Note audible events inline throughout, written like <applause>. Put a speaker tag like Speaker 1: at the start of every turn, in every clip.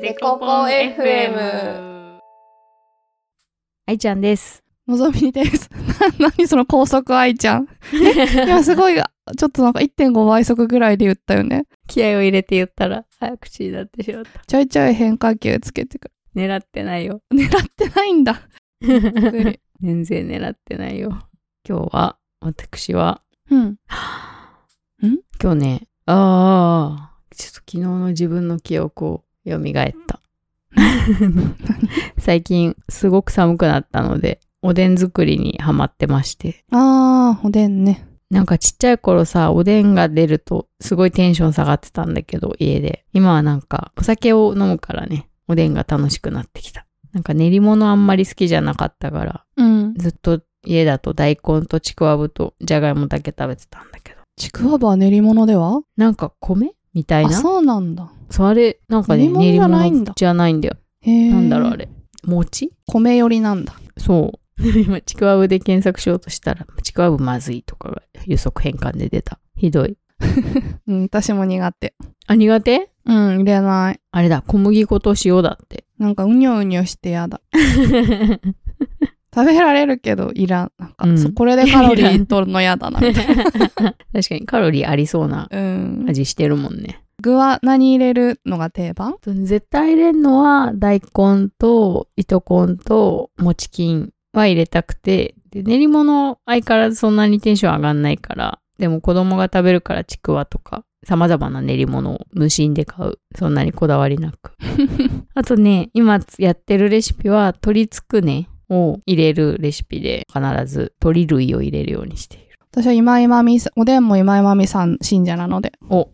Speaker 1: デコポン FM
Speaker 2: 愛ちゃんです。
Speaker 3: のぞみです。 <laughs> な、なにその高速愛ちゃん。
Speaker 1: <laughs>
Speaker 3: いや、すごい、ちょっとなんか1.5倍速ぐらいで言ったよね。
Speaker 1: 気合を入れて言ったら早口になってしまった。
Speaker 3: ちょいちょい変化球つけてくる。
Speaker 1: 狙ってないよ。 <laughs>
Speaker 3: 狙ってないんだ。びっく
Speaker 1: 全 <laughs>
Speaker 3: り
Speaker 1: 然狙ってないよ。今日は、私は、
Speaker 3: うん。
Speaker 1: 今日ね、ああ、ちょっと昨日の自分の記憶を蘇った。 <laughs> 最近、すごく寒くなったので、おでん作りにハマってまして。
Speaker 3: <laughs> あー、おでんね。
Speaker 1: なんかちっちゃい頃さ、おでんが出るとすごいテンション下がってたんだけど、家で。今はなんかお酒を飲むからね、おでんが楽しくなってきた。なんか練り物あんまり好きじゃなかったから、
Speaker 3: うん。
Speaker 1: ずっと家だと大根とちくわぶとじゃがいもだけ食べてたんだけど。
Speaker 3: ちくわぶは練り物では
Speaker 1: なんか米みたい
Speaker 3: あ、
Speaker 1: な。そう
Speaker 3: そうなんだ。
Speaker 1: あれ、なんかね、練
Speaker 3: 練
Speaker 1: り
Speaker 3: り物じゃ
Speaker 1: 物
Speaker 3: ないんだ
Speaker 1: じゃないんだよ。
Speaker 3: へえ。
Speaker 1: なんだろうあ。れ。餅
Speaker 3: 米寄りなんだ。
Speaker 1: そう。 <laughs> 今、ちくわぶで検索しようとしたら、ちくわぶまずいとかが予測変換で出た。ひどい。
Speaker 3: うん、私も苦手。
Speaker 1: あ、苦手
Speaker 3: うん、入れない。
Speaker 1: あれだ、小麦粉と塩だ <laughs> って。
Speaker 3: なんかうにょうにょしてやだ。食べられるけどいらん。なんか、
Speaker 1: うん
Speaker 3: そこれでカ
Speaker 1: <laughs>
Speaker 3: ロリー取るのやだな。
Speaker 1: 確かにカロリーありそうな <laughs>
Speaker 3: うん。
Speaker 1: 味してるもんね。
Speaker 3: 具は何入れるのが定番
Speaker 1: 絶対入れんのは大根と糸こんと餅菌は入れたくて、で練り物相変わらずそんなにテンション上がんないから、でも子供が食べるからちくわとか様々な練り物を無心で買う。そんなにこだわりなく。 <laughs> あとね、今やってるレシピは鶏つくねを入れるレシピで必ず鶏類を入れるようにしている。
Speaker 3: 私は今井まみさん、おでんも今井まみさん信者なので。
Speaker 1: お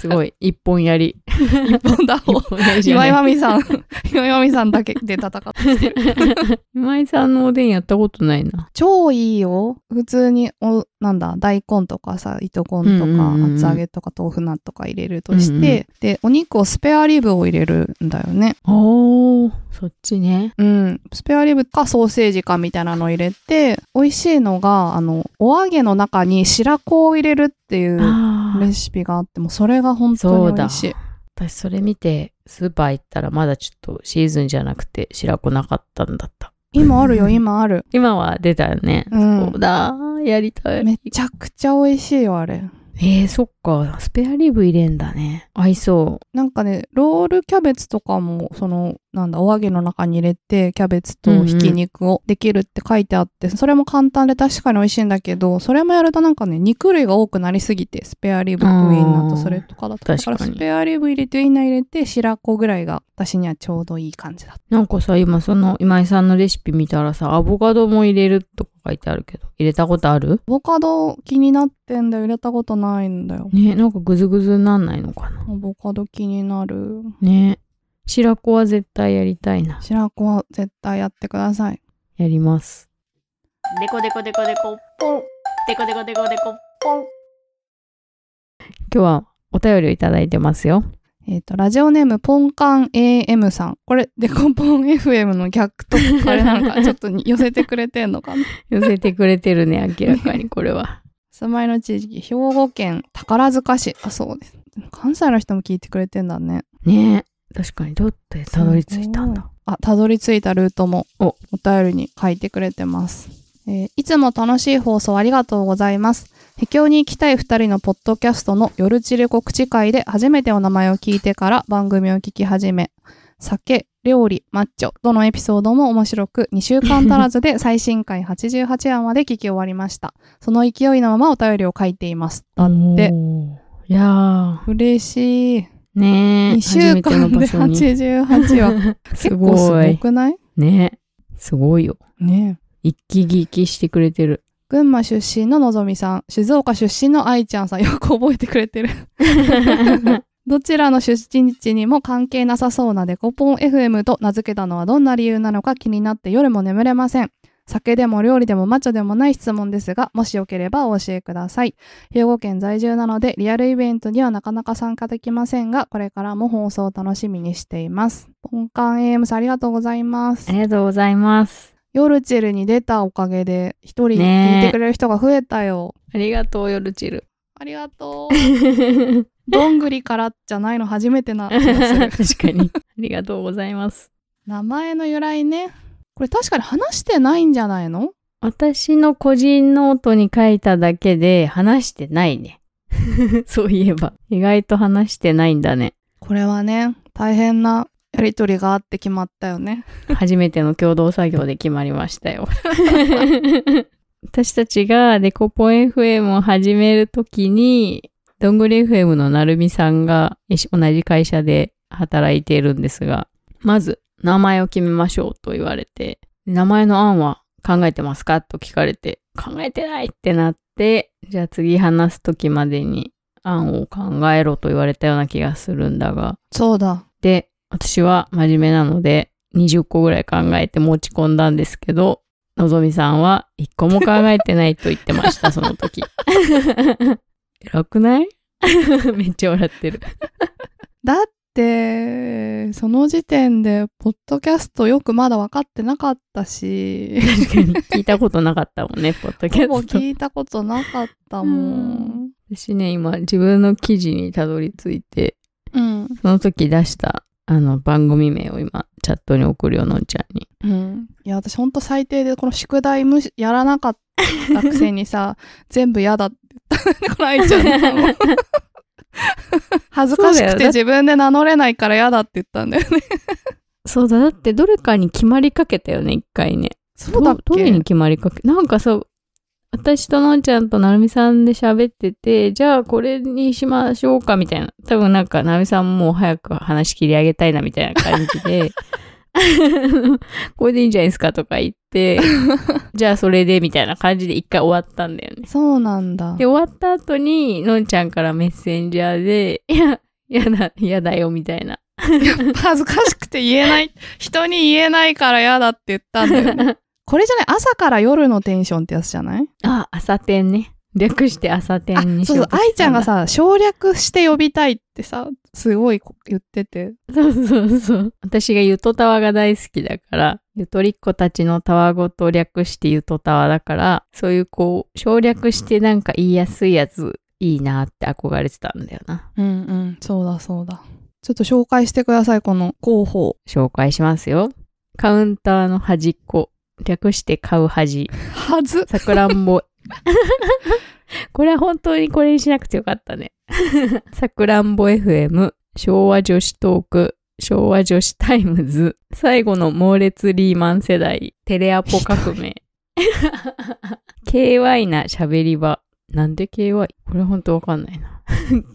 Speaker 1: すごい。一本やり。
Speaker 3: 一本だ
Speaker 1: 一本やりじゃ
Speaker 3: 今
Speaker 1: ない
Speaker 3: 井まみさん、 <laughs> 今井まみさんだけで戦ってきてる。
Speaker 1: 今井さんのおでんやったことないな。
Speaker 3: 超いいよ。普通に、お、なんだ、大根とかさ、糸こんと
Speaker 1: うんうんうんう
Speaker 3: か、
Speaker 1: ん
Speaker 3: 厚揚げとか豆腐なんとか入れるとして、
Speaker 1: うんうん
Speaker 3: で、お肉をスペアリブを入れるんだよね。
Speaker 1: おー、そっちね。
Speaker 3: うん。スペアリブかソーセージかみたいなのを入れて、美味しいのが、あの、お揚げの中に白子を入れるっていう
Speaker 1: あ
Speaker 3: レ
Speaker 1: ー
Speaker 3: シピがあって、もうそれが本
Speaker 1: そ
Speaker 3: 当
Speaker 1: う
Speaker 3: に美
Speaker 1: だ
Speaker 3: 味しい。。
Speaker 1: 私それ見て、スーパー行ったらまだちょっとシーズンじゃなくて白子なかったんだった。
Speaker 3: 今あるよ、今ある。
Speaker 1: 今は出たよね。
Speaker 3: うん
Speaker 1: そうだー、やりたい。
Speaker 3: めちゃくちゃ美味しいよ、あれ。
Speaker 1: えー、そっか。スペアリブ入れんだね。合いそ
Speaker 3: なんかね、ロールキャベツとかも、その、なんだ、お揚げの中に入れて、キャベツとひき肉をできるって書いてあって、それも簡単で確かに美味しいんだけど、それもやるとなんかね、肉類が多くなりすぎて、スペアリブとウインナーとそれとかだと。
Speaker 1: あー
Speaker 3: だから
Speaker 1: 確かに
Speaker 3: スペアリブ入れて、ウインナー入れて、白子ぐらいが私にはちょうどいい感じだった。
Speaker 1: う。なんかさ、今その今井さんのレシピ見たらさ、アボカドも入れるとか書いてあるけど、入れたことある
Speaker 3: アボカド気になってんだよ、入れたことないんだよ。
Speaker 1: ね、なんかグズグズなんないのかな
Speaker 3: アボカド気になる。
Speaker 1: ね白子は絶対やりたいな。
Speaker 3: 白子は絶対やってください。
Speaker 1: やります。
Speaker 2: デコデコデコデコポン。デコデコデコデコポン。
Speaker 1: 今日はお便りをいただいてますよ。
Speaker 3: えっ、と、ラジオネーム、ポンカン AM さん。これ、デコポン FM の逆と、あれなのか、ちょっとに寄せてくれてんのかな。
Speaker 1: 寄せてくれてる <laughs> ね、明らかにこれは。
Speaker 3: 住まいの地域、兵庫県宝塚市。あ、そうです。関西の人も聞いてくれてんだね。
Speaker 1: ね確かにどうやってたどり着いたんだ。
Speaker 3: あ、たどり着いたルートも
Speaker 1: お
Speaker 3: お便りに書いてくれてます。えーいつも楽しい放送ありがとうございます。秘境に行きたい二人のポッドキャストの夜チル告知会で初めてお名前を聞いてから番組を聞き始め、酒、料理、マッチョ、どのエピソードも面白く2週間足らず
Speaker 1: <laughs>
Speaker 3: で最新回88話まで聞き終わりました。その勢いのままお便りを書いています。だって。
Speaker 1: おーいやー、
Speaker 3: 嬉しい。
Speaker 1: ねえ、
Speaker 3: 2週間で
Speaker 1: 初めての場所に。
Speaker 3: 88話。
Speaker 1: <laughs> す
Speaker 3: 結構す
Speaker 1: ご
Speaker 3: ご
Speaker 1: い。
Speaker 3: くない
Speaker 1: ねすごいよ。
Speaker 3: ねえ。
Speaker 1: 一気聞きしてくれてる。
Speaker 3: 群馬出身ののぞみさん、静岡出身の愛ちゃんさん、よく覚えてくれてる。どちらの出身地にも関係なさそうなデコポン FM と名付けたのはどんな理由なのか気になって夜も眠れません。酒でも料理でもマチョでもない質問ですが、もしよければお教えください。兵庫県在住なので、リアルイベントにはなかなか参加できませんが、これからも放送を楽しみにしています。ポンカン AM さんありがとうございます
Speaker 1: あ。りがとうございます。
Speaker 3: 夜チェルに出たおかげで、一人聞
Speaker 1: ねえ
Speaker 3: いてくれる人が増えたよ。
Speaker 1: <laughs> ありがとう、夜チル。
Speaker 3: ありがとう。どんぐりからじゃないの初めてな気が
Speaker 1: <laughs>
Speaker 3: する。
Speaker 1: 確かに。ありがとうございます。
Speaker 3: 名前の由来ね。これ確かに話してないんじゃないの
Speaker 1: 私の個人ノートに書いただけで話してないね。 <laughs> そういえば。意外と話してないんだね。
Speaker 3: これはね、大変なやりとりがあって決まったよね。
Speaker 1: 初めての共同作業で決まりましたよ。 <laughs> 私たちがデコポン FM を始めるときに、どんぐり FM のなるみさんが一緒同じ会社で働いているんですが、まず名前を決めましょうと言われて、名前の案は考えてますかと聞かれて、考えてないってなって、じゃあ次話すときまでに案を考えろと言われたような気がするんだが、
Speaker 3: そうだ。
Speaker 1: で、私は真面目なので、20個ぐらい考えて持ち込んだんですけど、のぞみさんは1個も考えてないと言ってました、そ <laughs> の時。偉くない <laughs> めっちゃ笑ってる。
Speaker 3: だって、その時点で、ポッドキャストよくまだ分かってなかったし、
Speaker 1: 確かに聞いたことなかった <laughs> もんね、ポッドキ
Speaker 3: ほぼ
Speaker 1: ャスト。
Speaker 3: 聞いたことなかったもん。
Speaker 1: 私ね、今自分の記事にたどり着いて、
Speaker 3: うん。
Speaker 1: その時出したあの番組名を今チャットに送るよ、のんちゃんに。
Speaker 3: うん。いや、私ほんと最低で、この宿題無視、やらなかったくせに <laughs> さ、全部嫌だって言った、この愛ちゃんの顔 <laughs> 恥ずかし
Speaker 1: そう
Speaker 3: く
Speaker 1: だよ
Speaker 3: て
Speaker 1: だっ
Speaker 3: 自分で名乗れないから嫌だって言ったんだよね。
Speaker 1: そうだ、だってどれかに決まりかけたよね、一回ね。
Speaker 3: そうだっ
Speaker 1: どどれ
Speaker 3: け
Speaker 1: に決まりかけなんかそう私とのんちゃんとなるみさんで喋っててじゃあこれにしましょうかみたいな多分なんかなるみさんも早く話切り上げたいなみたいな感じで <laughs> これでいいんじゃないですかとか言
Speaker 3: <laughs>
Speaker 1: ってじゃあそれでみたいな感じで一回終わったんだよね
Speaker 3: そうなんだ。
Speaker 1: で終わった後にのんちゃんからメッセンジャーでいややだやだよみたいな
Speaker 3: <laughs> 恥ずかしくて言えない、人に言えないから嫌だって言ったんだよね。 <laughs> これじゃない朝から夜のテンションってやつじゃない
Speaker 1: あ朝天ね略して朝
Speaker 3: あ、
Speaker 1: 天にし
Speaker 3: そう
Speaker 1: よ
Speaker 3: そう
Speaker 1: う、と
Speaker 3: 愛
Speaker 1: し
Speaker 3: ちゃ
Speaker 1: た
Speaker 3: ん
Speaker 1: だ
Speaker 3: がさ、省略して呼びたいってさ、すごい言ってて。
Speaker 1: そうそうそう。私がゆとたわが大好きだから、ゆとりっ子たちのたわごと略してゆとたわだから、そういうこう、省略してなんか言いやすいやつ、いいなって憧れてたんだよな。
Speaker 3: うんうん、そうだそうだ。ちょっと紹介してください、この候補。
Speaker 1: 紹介しますよ。カウンターの端っこ。略して買う端。
Speaker 3: はず。
Speaker 1: さくらんぼ。 <laughs> これは本当にこれにしなくてよかった <laughs> ね。さくらんぼ FM、昭和女子トーク、昭和女子タイムズ、最後の猛烈リーマン世代、テレアポ革 <laughs> 命。KY な喋り場。なんで KY? これ本当わかんない <laughs> な。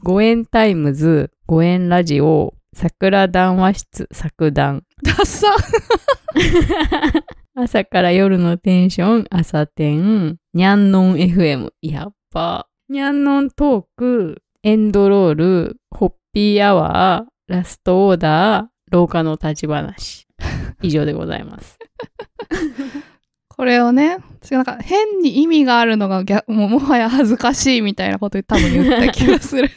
Speaker 1: ご縁タイムズ、ご縁ラジオ、桜談話室、作談。
Speaker 3: ダッサ。
Speaker 1: <laughs> 朝から夜のテンション、朝天、にゃんのん FM、やっぱ、にゃんのんトーク、エンドロール、ホッピーアワー、ラストオーダー、廊下の立ち話。 <laughs> 以上でございます。
Speaker 3: これをね、私なんか変に意味があるのが逆、もうもはや恥ずかしいみたいなこと多分言った気がする。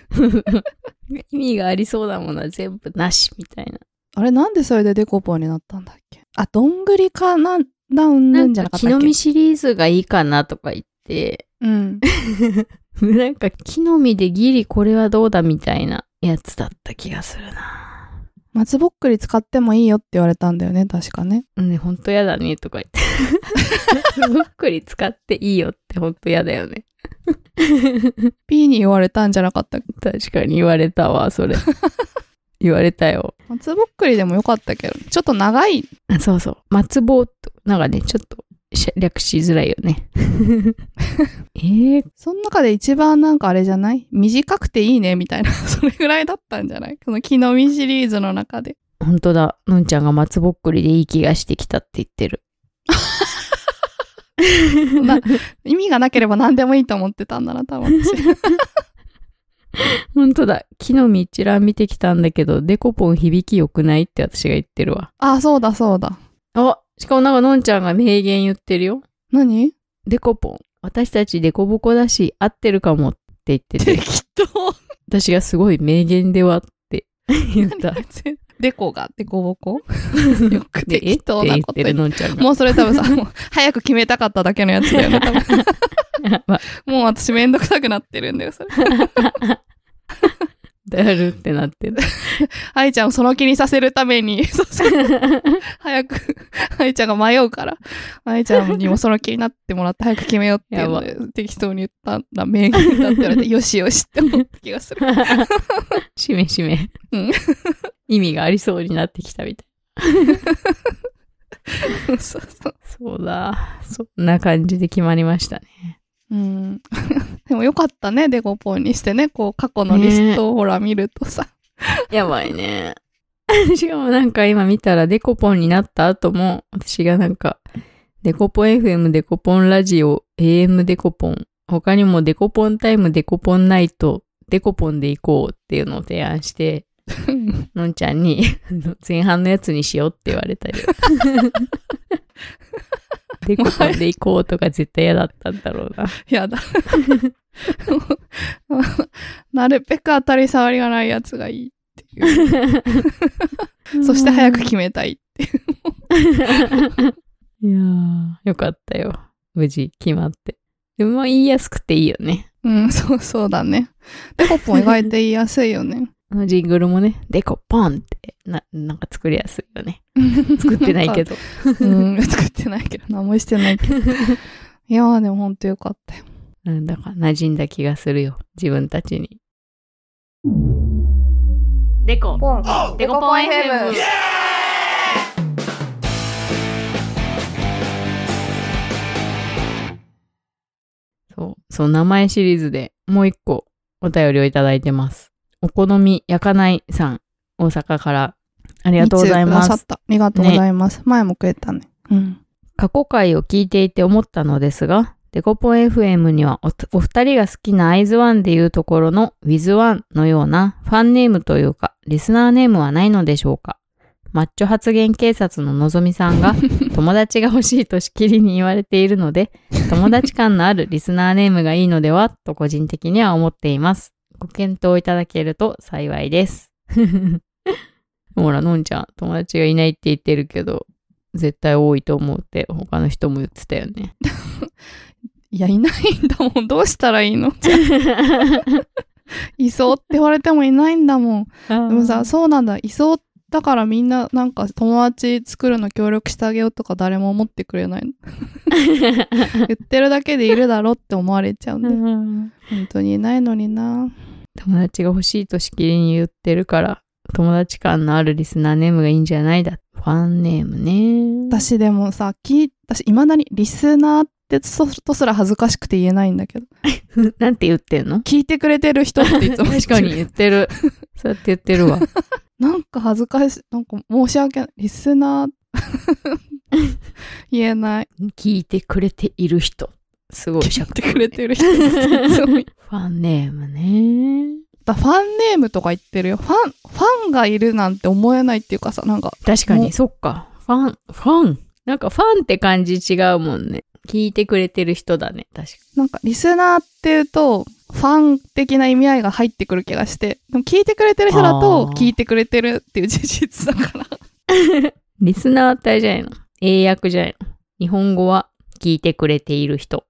Speaker 1: <laughs> 意味がありそうなものは全部なし、みたいな。
Speaker 3: あれ、なんでそれでデコポンになったんだっけあ、どんぐりかなん、なんぬんじゃなかったっけ
Speaker 1: 木の実シリーズがいいかなとか言 <laughs> って、
Speaker 3: うん。
Speaker 1: なんか木の実でギリこれはどうだみたいなやつだった気がするな。
Speaker 3: 松ぼっくり使ってもいいよって言われたんだよね、確かね。
Speaker 1: ね、ほんとやだね、とか言って。すごくり使っていいよってほんとやだよね。
Speaker 3: P に言われたんじゃなかったっけ
Speaker 1: 確かに言われたわ、それ。言われたよ。
Speaker 3: 松ぼっくりでもよかったけど、ちょっと長い。
Speaker 1: あそうそう。松棒と、なんかね、ちょっとし略しづらいよね。えー、
Speaker 3: その中で一番なんかあれじゃない短くていいね、みたいな。 <laughs> それぐらいだったんじゃないこの木の実シリーズの中で。
Speaker 1: ほんとだ。のんちゃんが松ぼっくりでいい気がしてきたって言ってる。
Speaker 3: な意味がなければ何でもいいと思ってたんだな、多分私。 <laughs>
Speaker 1: ほんとだ。木の実一覧見てきたんだけど、デコポン響き良くないって私が言ってるわ。
Speaker 3: あ、そうだそうだ。
Speaker 1: あ、しかもなんかのんちゃんが名言言ってるよ。
Speaker 3: 何
Speaker 1: デコポン。私たちデコボコだし、合ってるかもって言ってて、
Speaker 3: 適当。
Speaker 1: 私がすごい名言ではって <laughs> 言った。
Speaker 3: デコがデコボコ <laughs> よく
Speaker 1: で、えっ
Speaker 3: 適
Speaker 1: て
Speaker 3: 当
Speaker 1: 言
Speaker 3: な
Speaker 1: っ
Speaker 3: こと
Speaker 1: て
Speaker 3: 言
Speaker 1: る
Speaker 3: って
Speaker 1: のんちゃんが。
Speaker 3: もうそれ多分さ、もう早く決めたかっただけのやつだよね、多分 <laughs>
Speaker 1: まあ
Speaker 3: もう私めんどくさくなってるんだよ、それ。
Speaker 1: だるってなってる。
Speaker 3: 愛ちゃんをその気にさせるために、 <laughs> そうそう早く、愛ちゃんが迷うから、愛ちゃんにもその気になってもらって早く決めようっていうので適当に言ったんだ、名言だって言われて、よしよしって思った気がする。
Speaker 1: しめしめ
Speaker 3: うん。
Speaker 1: <laughs> 意味がありそうになってきたみたい。
Speaker 3: そうそう。
Speaker 1: そうだ。そんな感じで決まりましたね。
Speaker 3: うん。 <laughs> でもよかったね、デコポンにしてね、こう過去のリストをほら見るとさ。
Speaker 1: やばいね。 <laughs> しかもなんか今見たらデコポンになった後も、私がなんか、デコポン FM、デコポンラジオ、AM デコポン、他にもデコポンタイム、デコポンナイト、デコポンで行こうっていうのを提案して、
Speaker 3: うん
Speaker 1: のんちゃんに、あの前半のやつにしようって言わ
Speaker 3: <laughs>
Speaker 1: れたよ。デコポンで行こうとか絶対嫌だったんだろうな。 <laughs>
Speaker 3: やだ。 <laughs> なるべく当たり障りがないやつがいい。 <laughs> そして早く決めたい。
Speaker 1: <laughs> いやー、よかったよ。無事決まって。でも言いやすくていいよね。
Speaker 3: うん、そうそうだね。デコポン意外と言いやすいよね。
Speaker 1: あのジングルもね、デコポンってな、なんか作りやすいよね。 <laughs> 作ってないけ
Speaker 3: ど。
Speaker 1: ど。
Speaker 3: うん、作ってないけど、何もしてないけど。
Speaker 1: <laughs>
Speaker 3: いやー、でもほんとよかったよ。
Speaker 1: なんだか馴染んだ気がするよ。自分たちに。
Speaker 2: デコ
Speaker 4: ポン
Speaker 2: デコポン FM
Speaker 1: そう。そう、名前シリーズでもう一個お便りをいただいてます。お好み焼かないさん、大阪から。ありがとうござい
Speaker 3: 三
Speaker 1: ま
Speaker 3: つくだ
Speaker 1: す
Speaker 3: さっ。たありがとうございます。前もくれたね。
Speaker 1: <laughs>
Speaker 3: うん。
Speaker 1: 過去回を聞いていて思ったのですが、デコポン FM にはおとお二人が好きなアイズワンでいうところの WithOne のようなファンネームというか、リスナーネームはないのでしょうかマッチョ発言警察ののぞみさんが友達が欲しいとしきりに言われている
Speaker 3: <laughs>
Speaker 1: ので、友達感のあるリスナーネームがいいのではと個人的には思っています。ご検討いただけると幸いです。 <laughs> ほら、のんちゃん、友達がいないって言ってるけど、絶対多いと思うって他の人も言ってたよね。
Speaker 3: いや、いないんだもん。どうしたらいいのいそうって言われてもいないんだもん。 <laughs> でもさ、そうなんだ。いそうだからみんななんか友達作るの協力してあげようとか誰も思ってくれ
Speaker 1: <laughs>
Speaker 3: ないの。言ってるだけでいるだろって思われちゃうんだよ。
Speaker 1: <laughs> 友
Speaker 3: 本当にいないのにな。
Speaker 1: 達が欲しいとしきりに言ってるから、友達感のあるリスナーネームがいいんじゃないだ。ファンネームね。
Speaker 3: 私でもさ、聞い私いまだにリスナーってそとすら恥ずかしくて言えないんだけど。
Speaker 1: <laughs> なんて言ってんの
Speaker 3: 聞いてくれてる人っていつも言ってる
Speaker 1: 確かに。言ってる。そうやって言ってるわ。
Speaker 3: なんか恥ずかしい。なんか申し訳ない。リスナー言えない。
Speaker 1: 聞いてくれている人。すごい
Speaker 3: 聞い
Speaker 1: 尺
Speaker 3: てくれてる人っていつも言ってる
Speaker 1: <laughs> ファンネームね。
Speaker 3: だファンネームとか言ってるよ。ファン、ファンがいるなんて思えないっていうかさ、なんか、
Speaker 1: 確か
Speaker 3: も
Speaker 1: に、そっか。ファン、ファン。なんかファンって感じ違うもんね。聞いてくれてる人だね。確か
Speaker 3: なんかリスナーっていうと、ファン的な意味合いが入ってくる気がして、でも聞いてくれてる人だと
Speaker 1: あ、ー
Speaker 3: 聞いてくれてるっていう事実だから。
Speaker 1: リスナー体じゃないの。英訳じゃないの。日本語は聞いてくれている人。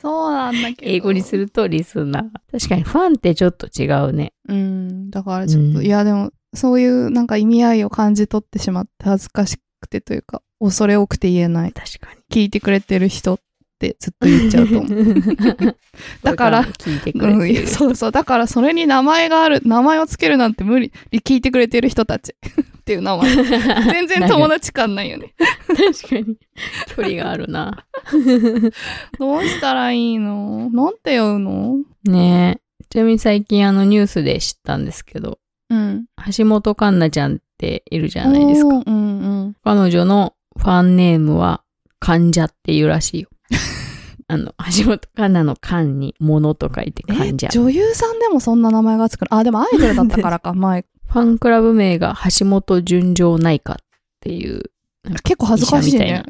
Speaker 3: そうなんだけど。
Speaker 1: 英語にするとリスナー。確かにファンってちょっと違うね。
Speaker 3: うん、だからちょっと、
Speaker 1: うん
Speaker 3: いやでも、そういうなんか意味合いを感じ取ってしまって恥ずかしくてというか、恐れ多くて言えない。
Speaker 1: 確かに。
Speaker 3: 聞いてくれてる人ってずっと言っちゃう
Speaker 1: <laughs>
Speaker 3: と思う。だから
Speaker 1: これからも聞いてく
Speaker 3: う
Speaker 1: れて
Speaker 3: ん、
Speaker 1: いる。
Speaker 3: そうそう。だから、それに名前がある、名前をつけるなんて無理。聞いてくれてる人たち <laughs> っていう名前。全然友達感ないよね。
Speaker 1: <laughs> 確かに。距離があるな。
Speaker 3: どうしたらいいのなんて呼うの
Speaker 1: ねえ。ちなみに最近あのニュースで知ったんですけど、
Speaker 3: うん。
Speaker 1: 橋本環奈ちゃんっているじゃないですか。
Speaker 3: おーうんうん。
Speaker 1: 彼女のファンネームは患者っていうら
Speaker 3: <laughs>
Speaker 1: しいよ。あの、橋本環奈の環に物と書いて
Speaker 3: え、
Speaker 1: 患者。
Speaker 3: 女優さんでもそんな名前がつくのあ、でもアイドルだったからか、前。
Speaker 1: ファンクラブ名が橋本純情内科っていう。
Speaker 3: 結構恥ずかしい
Speaker 1: 医者
Speaker 3: ね。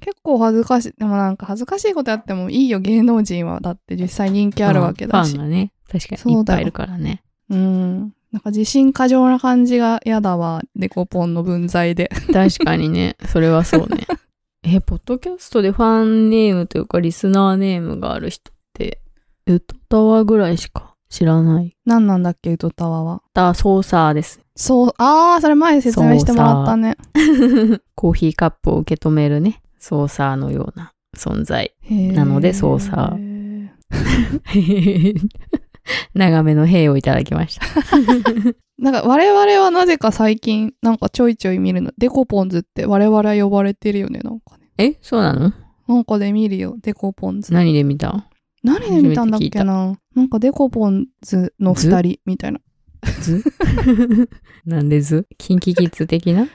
Speaker 3: 結構恥ずかしい。でもなんか恥ずかしいことやってもいいよ、芸能人は。だって実際人気あるわけだ
Speaker 1: ファ
Speaker 3: し
Speaker 1: ン。がね、確かにいっぱいいるからね。
Speaker 3: うん。なんか自信過剰な感じが嫌だわ。デコポンの分際で。
Speaker 1: 確かにね、それはそうね。え、ポッドキャストでファンネームというかリスナーネームがある人って、ゆとたわぐらいしか知らない。
Speaker 3: <laughs> 何なんだっけ、ウトタワは。
Speaker 1: だ、ソーサーです。
Speaker 3: そう、あー、それ前説明してもらったね。
Speaker 1: コーヒーカップを受け止めるね、ソーサーのような存在。 <laughs>
Speaker 3: な
Speaker 1: なのでそうさ長めの兵をいただきました。
Speaker 3: なんか我々はなぜか最近なんかちょいちょい見るの。デコポンズって我々は呼ばれてるよね、なんかね。
Speaker 1: え、そうなの
Speaker 3: なんかで見るよ、デコポンズ。
Speaker 1: 何で見た
Speaker 3: 何で見たんだっけななんかデコポンズの二人みたいな。
Speaker 1: 図なんで図キンキキッズ的な
Speaker 3: デ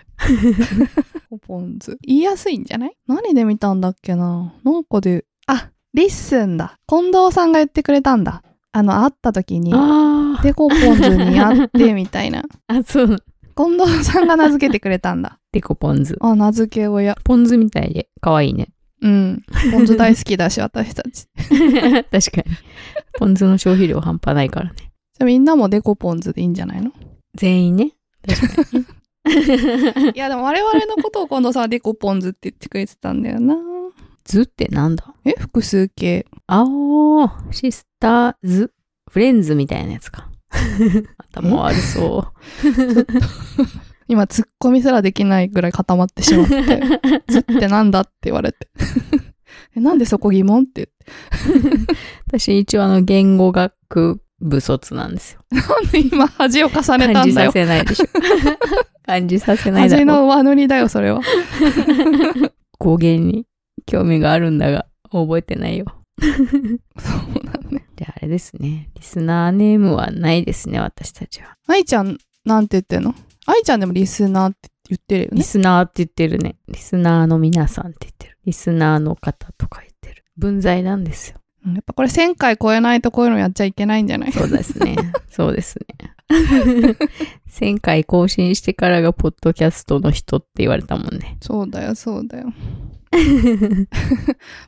Speaker 3: コポンズ。言いやすいんじゃない何で見たんだっけななんかで、あ、リッスンだ。近藤さんが言ってくれたんだ。あの、会った時に、
Speaker 1: あ
Speaker 3: デコポンズに会ってみたいな。
Speaker 1: あ、あ、そう。
Speaker 3: 近藤さんが名付けてくれたん
Speaker 1: <laughs>
Speaker 3: だ。
Speaker 1: デコポンズ。
Speaker 3: あ、名付け親。
Speaker 1: ポン酢みたいで、可愛いね。
Speaker 3: うん。ポン酢大好きだし、私たち。
Speaker 1: <laughs> 確かに。ポン酢の消費量半端ないからね。
Speaker 3: じゃあみんなもデコポンズでいいんじゃないの
Speaker 1: 全員ね。確かに。
Speaker 3: いやでも我々のことを近藤さんはデコポンズって言ってくれてたんだよな。
Speaker 1: 図ってなんだ
Speaker 3: え複数形。
Speaker 1: あおシスターズ、フレンズみたいなやつか。 <laughs> 頭悪そ
Speaker 3: 今ツッコミすらできないぐらい固まってし
Speaker 1: <laughs>
Speaker 3: まって。ずってなんだって言われて。 <laughs> えなんでそこ疑問って
Speaker 1: う。私一応あの言語学部卒なんですよ。
Speaker 3: なんで <laughs> 今恥を重ねたん
Speaker 1: 感じ
Speaker 3: だ
Speaker 1: さ
Speaker 3: よ。
Speaker 1: せない
Speaker 3: <laughs>
Speaker 1: でしょ。感じさせないだ
Speaker 3: 恥
Speaker 1: ろ
Speaker 3: の
Speaker 1: う。
Speaker 3: 上塗りだよ、それは。 <laughs>
Speaker 1: 語源に興味があるんだが、覚えてないよ。
Speaker 3: そうだね。
Speaker 1: じゃああれですね。リスナーネームはないですね、私たちは。
Speaker 3: 愛ちゃん、なんて言ってんの愛ちゃんでもリスナーって言ってるよ
Speaker 1: リ
Speaker 3: ね。
Speaker 1: スナーって言ってるね。リスナーの皆さんって言ってる。リスナーの方とか言ってる。文在なんですよ。
Speaker 3: うんやっぱこれ1000回超えないとこういうのやっちゃいけないんじゃ
Speaker 1: <laughs>
Speaker 3: ない
Speaker 1: そうですね。そうですね。1000回更新してからがポッドキャストの人って言われたも <laughs> んね。
Speaker 3: そうだよ、そうだよ。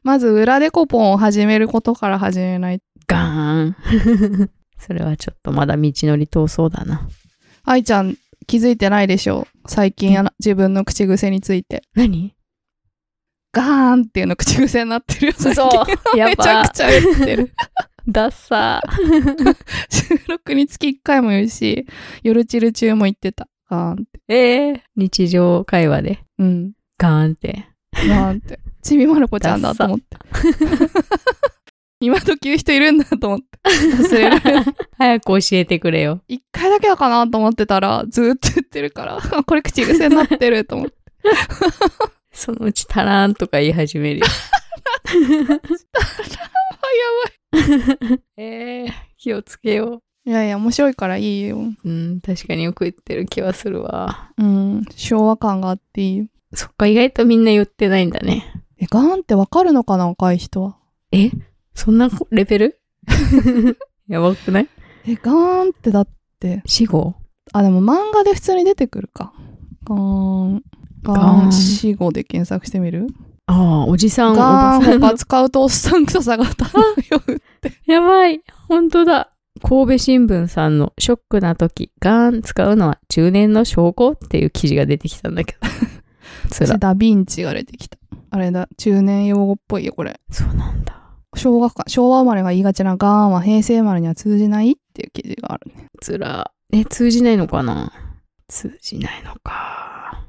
Speaker 3: まず、裏デコポンを始めることから始めない。
Speaker 1: ガーン。それはちょっとまだ道のり遠そうだな。
Speaker 3: 愛ちゃん、気づいてないでしょ最近あの、自分の口癖について。
Speaker 1: 何
Speaker 3: ガーンっていうの口癖になってるよ、最近。
Speaker 1: う <laughs> や
Speaker 3: めちゃ
Speaker 1: ば
Speaker 3: く。ちゃ言って
Speaker 1: <laughs>
Speaker 3: る。
Speaker 1: ダッサー。
Speaker 3: 収録に月1回も言うし、夜チル中も言ってた。ガーンって。
Speaker 1: ええ日常会話で。
Speaker 3: うん。
Speaker 1: ガーンって。
Speaker 3: ガーンって。ちびまる子ちゃんだと思って。今時言う人いるんだと思って。忘れら
Speaker 1: <laughs>
Speaker 3: れる。
Speaker 1: 早く教えてくれよ。
Speaker 3: 一回だけだかなと思ってたら、ずーっと言ってるから、 <laughs> あこれ口癖になってると思って。
Speaker 1: そのうちタラーンとか言い始める <laughs> よ。
Speaker 3: あ、や
Speaker 1: ええ気をつけよ
Speaker 3: ばい。いやいや、面白いからいいよ。
Speaker 1: う。うん、確かによく言ってる気はするわ。
Speaker 3: うん、昭和感があっていいよ。
Speaker 1: そっか、意外とみんな言ってないんだね。
Speaker 3: え、ガーンってわかるのかな若い人は。
Speaker 1: そんなレベル <laughs> やばくない
Speaker 3: え、ガーンってだって。
Speaker 1: 死後
Speaker 3: あ、でも漫画で普通に出てくるか。ガーン。ガ
Speaker 1: ガ
Speaker 3: ー
Speaker 1: ー
Speaker 3: ン
Speaker 1: ン
Speaker 3: 死後で検索してみる
Speaker 1: ああ、おじさん、お
Speaker 3: ガ
Speaker 1: ばさ
Speaker 3: ーン
Speaker 1: ん。
Speaker 3: 他使うとおっさん臭さが漂う。
Speaker 1: やばい。本当だ。神戸新聞さんのショックな時、ガーン使うのは中年の証拠っていう記事が出てきたん <laughs> だけど。つら
Speaker 3: 私。ダヴィンチが出てきた。あれだ、中年用語っぽいよ、これ。
Speaker 1: そうなんだ。
Speaker 3: 昭和か、昭和生まれが言いがちなガーンは平成生まれには通じないっていう記事があるね。
Speaker 1: つら。え、通じないのかな通じないのか。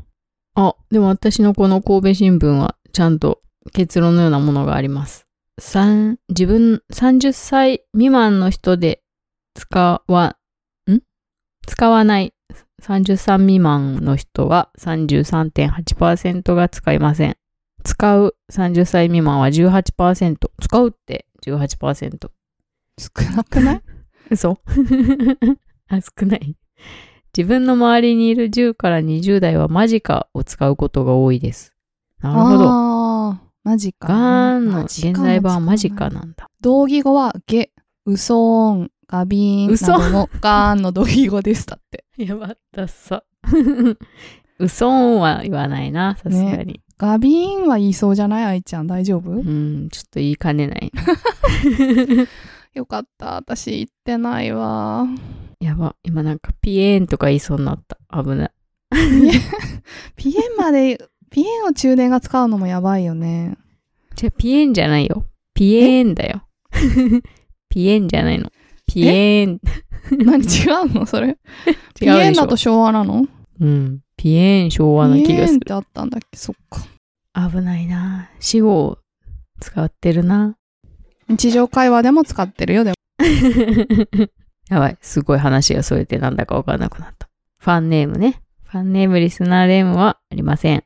Speaker 1: あ、でも私のこの神戸新聞はちゃんと結論のようなものがあります。三、自分30歳未満の人で使わ、ん使わない33未満の人は33.8%が使いません。使う30歳未満は18%。使うって18%。
Speaker 3: 少なくない
Speaker 1: 嘘 <laughs> あ、少ない。自分の周りにいる10から20代はマジかを使うことが多いです。なるほど。
Speaker 3: あーマジか。
Speaker 1: ガーンの
Speaker 3: マジか
Speaker 1: 現在版マジ
Speaker 3: も
Speaker 1: か
Speaker 3: 使わい。 <laughs>
Speaker 1: なんだ。
Speaker 3: 同義語はゲ、ウソーン、ガビーンなどのガーンの同義語ですだって。
Speaker 1: やばったっさ。 <laughs> 嘘は言わないな、さすがに。
Speaker 3: ガビーンは言いそうじゃない愛ちゃん大丈夫
Speaker 1: うん、ちょっと言いかねない。
Speaker 3: よかった。私言ってない
Speaker 1: <laughs>
Speaker 3: わ。
Speaker 1: やば。今なんかピエーンとか言いそうになった。危ない。
Speaker 3: ピエンまで、ピエンを中年が使うのもやばいよね。
Speaker 1: <laughs> じゃあピエーンじゃないよ。ピエーンだよ。ピエーンじゃないの。ピエーン。
Speaker 3: 何違うのそれ。ピエ
Speaker 1: <laughs> 違う
Speaker 3: ーン
Speaker 1: でし
Speaker 3: だ
Speaker 1: ょ
Speaker 3: と。昭和なの
Speaker 1: うん。ピエーン昭和な
Speaker 3: ピ
Speaker 1: 気
Speaker 3: エ
Speaker 1: が
Speaker 3: ーン
Speaker 1: す
Speaker 3: っ
Speaker 1: る。
Speaker 3: てあったんだっけそっか。
Speaker 1: 危ないな。死語を使ってるな。
Speaker 3: 日常会話でも使ってるよ、でも。 <laughs>
Speaker 1: やばい。すごい話がそれてなんだかわからなくなった。ファンネームね。ファンネーム、リスナーネームはありません。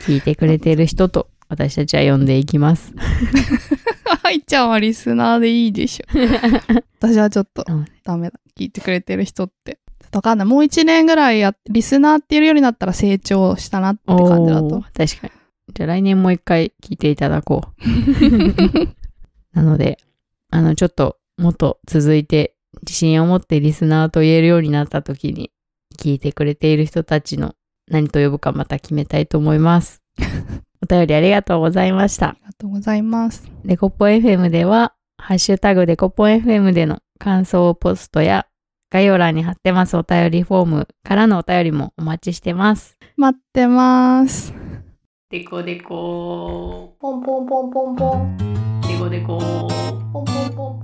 Speaker 1: 聞いてくれてる人と私たちは呼んでいきます。
Speaker 3: 愛ちゃんはリスナーでいいでしょ。私はちょっと
Speaker 1: うん
Speaker 3: ダメだ。聞いてくれてる人って。ちょっとわかんない。もう一年ぐらいや、リスナーっていうよりだったら成長したなって
Speaker 1: お
Speaker 3: 感じだと。
Speaker 1: ー確かに。じゃあ来年もう一回聞いていただこう。
Speaker 3: <laughs>
Speaker 1: なので、あの、ちょっともっと続いて自信を持ってリスナーと言えるようになった時に聞いてくれている人たちの何と呼ぶかまた決めたいと思
Speaker 3: <laughs>
Speaker 1: います。お便りありがとうございました
Speaker 3: あ。りがとうございます。
Speaker 1: デコポン FM では、ハッシュタグデコポン FM での感想ポストや、概要欄に貼ってますお便りフォームからのお便りもお待ちしてます。
Speaker 3: 待ってます。
Speaker 2: デコデコポンポンポンポンポンデコデコポンポンポンポン